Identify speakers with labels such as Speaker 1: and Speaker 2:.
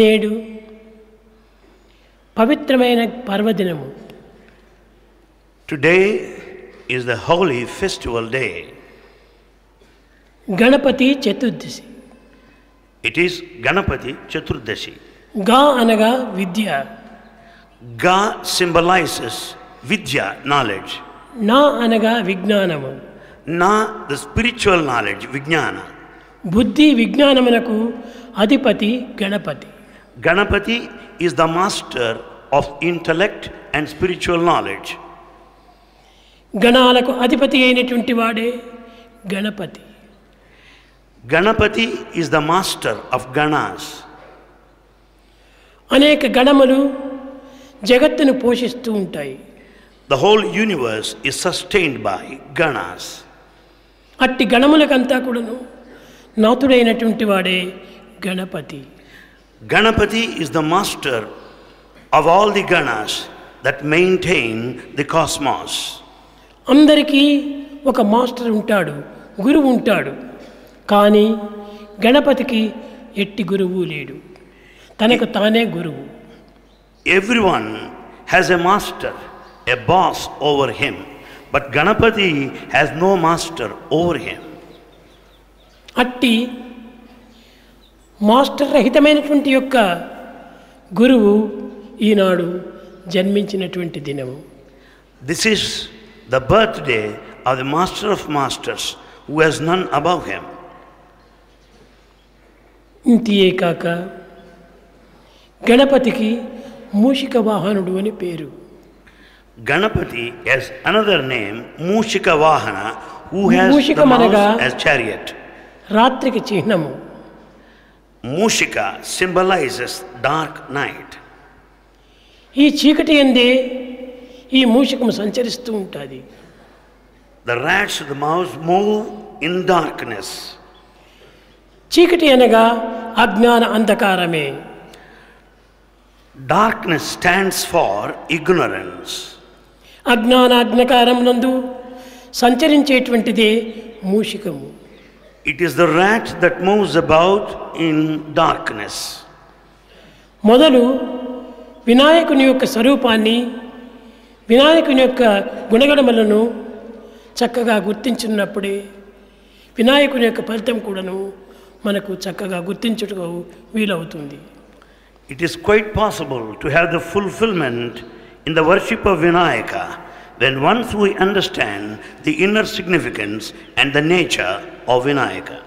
Speaker 1: నేడు పవిత్రమైన పర్వదినము
Speaker 2: Today is the holy festival day.
Speaker 1: Ganapati Chaturdashi
Speaker 2: It is Ganapati Chaturdashi.
Speaker 1: గా అనగా విద్య
Speaker 2: Ga symbolizes Vidya, knowledge.
Speaker 1: నా అనగా విజ్ఞానము
Speaker 2: Na, the spiritual knowledge, Vijnana.
Speaker 1: బుద్ధి విజ్ఞానమునకు అధిపతి Ganapati
Speaker 2: Ganapati is the master of intellect and spiritual knowledge.
Speaker 1: గణాలకు అధిపతి అయినటువంటి వాడే Ganapati
Speaker 2: Ganapati is the master of Ganas.
Speaker 1: అనేక గణములు జగత్తును పోషిస్తూ ఉంటాయి
Speaker 2: The whole universe is sustained by Ganas.
Speaker 1: అట్టి గణములకంతా కూడాను నాథుడైనటువంటి వాడే Ganapati
Speaker 2: Ganapati is the master of all the Ganas that maintain the cosmos.
Speaker 1: అందరికీ ఒక మాస్టర్ ఉంటాడు గురువు ఉంటాడు కానీ గణపతికి ఎట్టి గురువు లేడు తనకు తానే గురువు
Speaker 2: Everyone has a master, a boss over him, but Ganapati has no master over him.
Speaker 1: అట్టి మాస్టర్ రహితమైనటువంటి యొక్క గురువు ఈనాడు జన్మించినటువంటి దినము
Speaker 2: This is the birthday of the master of masters who has none above him.
Speaker 1: ఇంతియే కాక గణపతికి మూషిక వాహనుడు అని పేరు
Speaker 2: Ganapati has another name, Mushika Vahana, who has the
Speaker 1: Mushika
Speaker 2: mouse
Speaker 1: managa-
Speaker 2: as chariot.
Speaker 1: రాత్రికి చిహ్నము
Speaker 2: Mushika symbolizes dark night.
Speaker 1: ఈ చీకటి ఎందే ఈ మూషికము సంచరిస్తూ ఉంటుంది
Speaker 2: The rats, the mouse move in darkness.
Speaker 1: చీకటి అనగా అజ్ఞాన అంధకారమే
Speaker 2: Darkness stands for ignorance.
Speaker 1: అజ్ఞానాజ్ఞకారమునందు సంచరించేటువంటిదే మూషికము
Speaker 2: It is the rat that moves about in darkness.
Speaker 1: మొదలు వినాయకుని యొక్క స్వరూపాన్ని వినాయకుని యొక్క గుణగణములను చక్కగా గుర్తించినప్పుడే వినాయకుని యొక్క ఫలితం కూడాను మనకు చక్కగా గుర్తించుటకు వీలవుతుంది
Speaker 2: It is quite possible to have the fulfillment in the worship of Vinayaka when once we understand the inner significance and the nature of Vinayaka.